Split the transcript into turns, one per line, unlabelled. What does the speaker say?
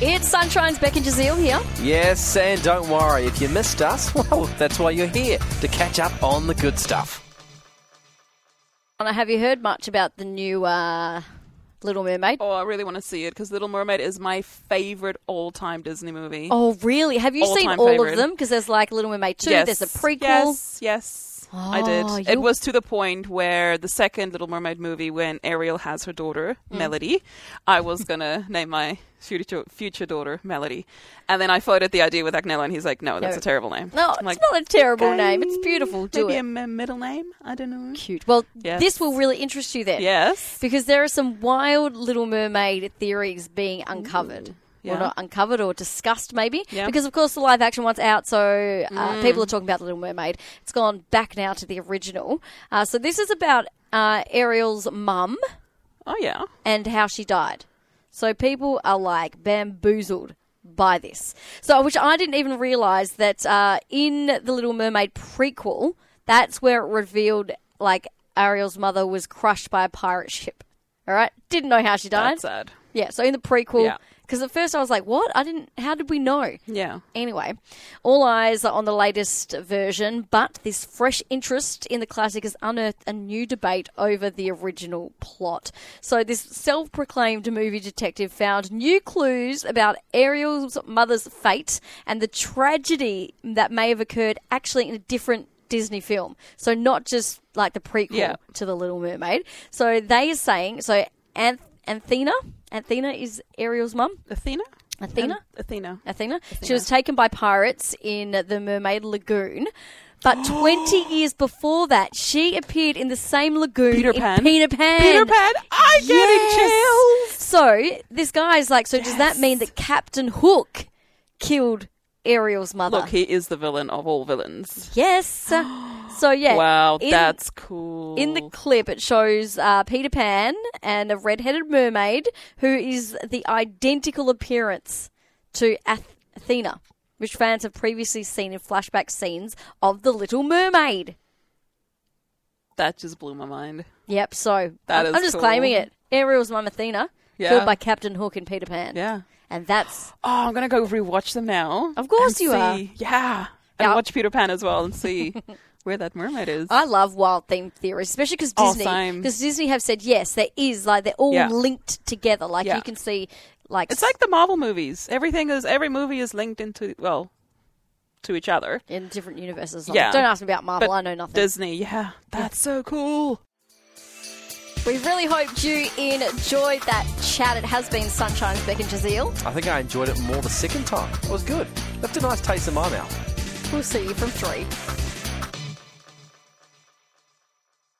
It's Sunshine's Becky Jazeel here.
Yes, and don't worry, if you missed us, well, that's why you're here, to catch up on the good stuff.
And have you heard much about the new uh, Little Mermaid?
Oh, I really want to see it because Little Mermaid is my favorite all-time Disney movie.
Oh, really? Have you seen
All-time
all
favourite.
of them? Because there's like Little Mermaid 2, there's a prequel.
Yes, yes. I
Oh,
did.
you-
It was to the point where the second Little Mermaid movie, when Ariel has her daughter
Mm.
Melody, I was gonna name my future future daughter Melody, and then I floated the idea with Agnello, and he's like, "No, that's
No.
a terrible name."
No,
I'm
it's
like,
not a terrible
"Okay,
name. It's beautiful. Do
maybe
it.
a m- middle name. I don't know.
Cute. Well,
Yes.
this will really interest you then.
Yes.
Because there are some wild Little Mermaid theories being uncovered. Or
yeah.
not uncovered or discussed, maybe.
Yeah. Mm.
Because, of course, the live action one's out, so uh, people are talking about The Little Mermaid. It's gone back now to the original. Uh, so, this is about uh, Ariel's mum
Oh yeah.
and how she died. So, people are like bamboozled by this. So, which I didn't even realize that uh, in The Little Mermaid prequel, that's where it revealed like Ariel's mother was crushed by a pirate ship. All right. Didn't know how she died.
That's sad.
Yeah, so in the prequel,
Yeah.
because at first I was like, what? I didn't, how did we know?
Yeah.
Anyway, all eyes are on the latest version, but this fresh interest in the classic has unearthed a new debate over the original plot. So, this self proclaimed movie detective found new clues about Ariel's mother's fate and the tragedy that may have occurred actually in a different Disney film. So, not just like the prequel
Yeah.
to The Little Mermaid. So, they are saying, so Anth- Anthena, Anthena is Ariel's mum.
Athena.
Athena?
Athena.
Athena. She was taken by pirates in the Mermaid Lagoon. But 20 years before that, she appeared in the same lagoon
Peter
in
Pan.
Peter Pan.
Peter Pan. I
Yes.
get chills.
So this guy's like, so does that mean that Captain Hook killed Ariel's mother?
Look, he is the villain of all villains.
yes. so yeah.
Wow,
in-
that's cool.
In the clip, it shows uh, Peter Pan and a red-headed mermaid who is the identical appearance to Ath- Athena, which fans have previously seen in flashback scenes of The Little Mermaid.
that just blew my mind.
Yep, so
That
I'm
is
just
cool.
claiming it. Ariel's mum Athena,
Yeah.
killed by Captain Hook in Peter Pan.
Yeah.
And that's
Oh, I'm gonna go rewatch them now.
Of course
and
you are.
see. Yeah, and
Yeah.
watch Peter Pan as well and see where that mermaid is.
I love wild theme theories, especially because
Oh,
Disney,
same.
because Disney have said yes, there is like they're all
Yeah.
linked together. Like
Yeah.
you can see, like
it's like the Marvel movies. Everything is every movie is linked into well to each other.
in different universes.
Yeah.
Don't ask me about Marvel.
But
I know nothing.
Disney, yeah, that's so cool.
we really hoped you enjoyed that chat. It has been Sunshine's Beck and Jazeel.
I think I enjoyed it more the second time. It was good. Left a nice taste in my mouth.
We'll see you from three.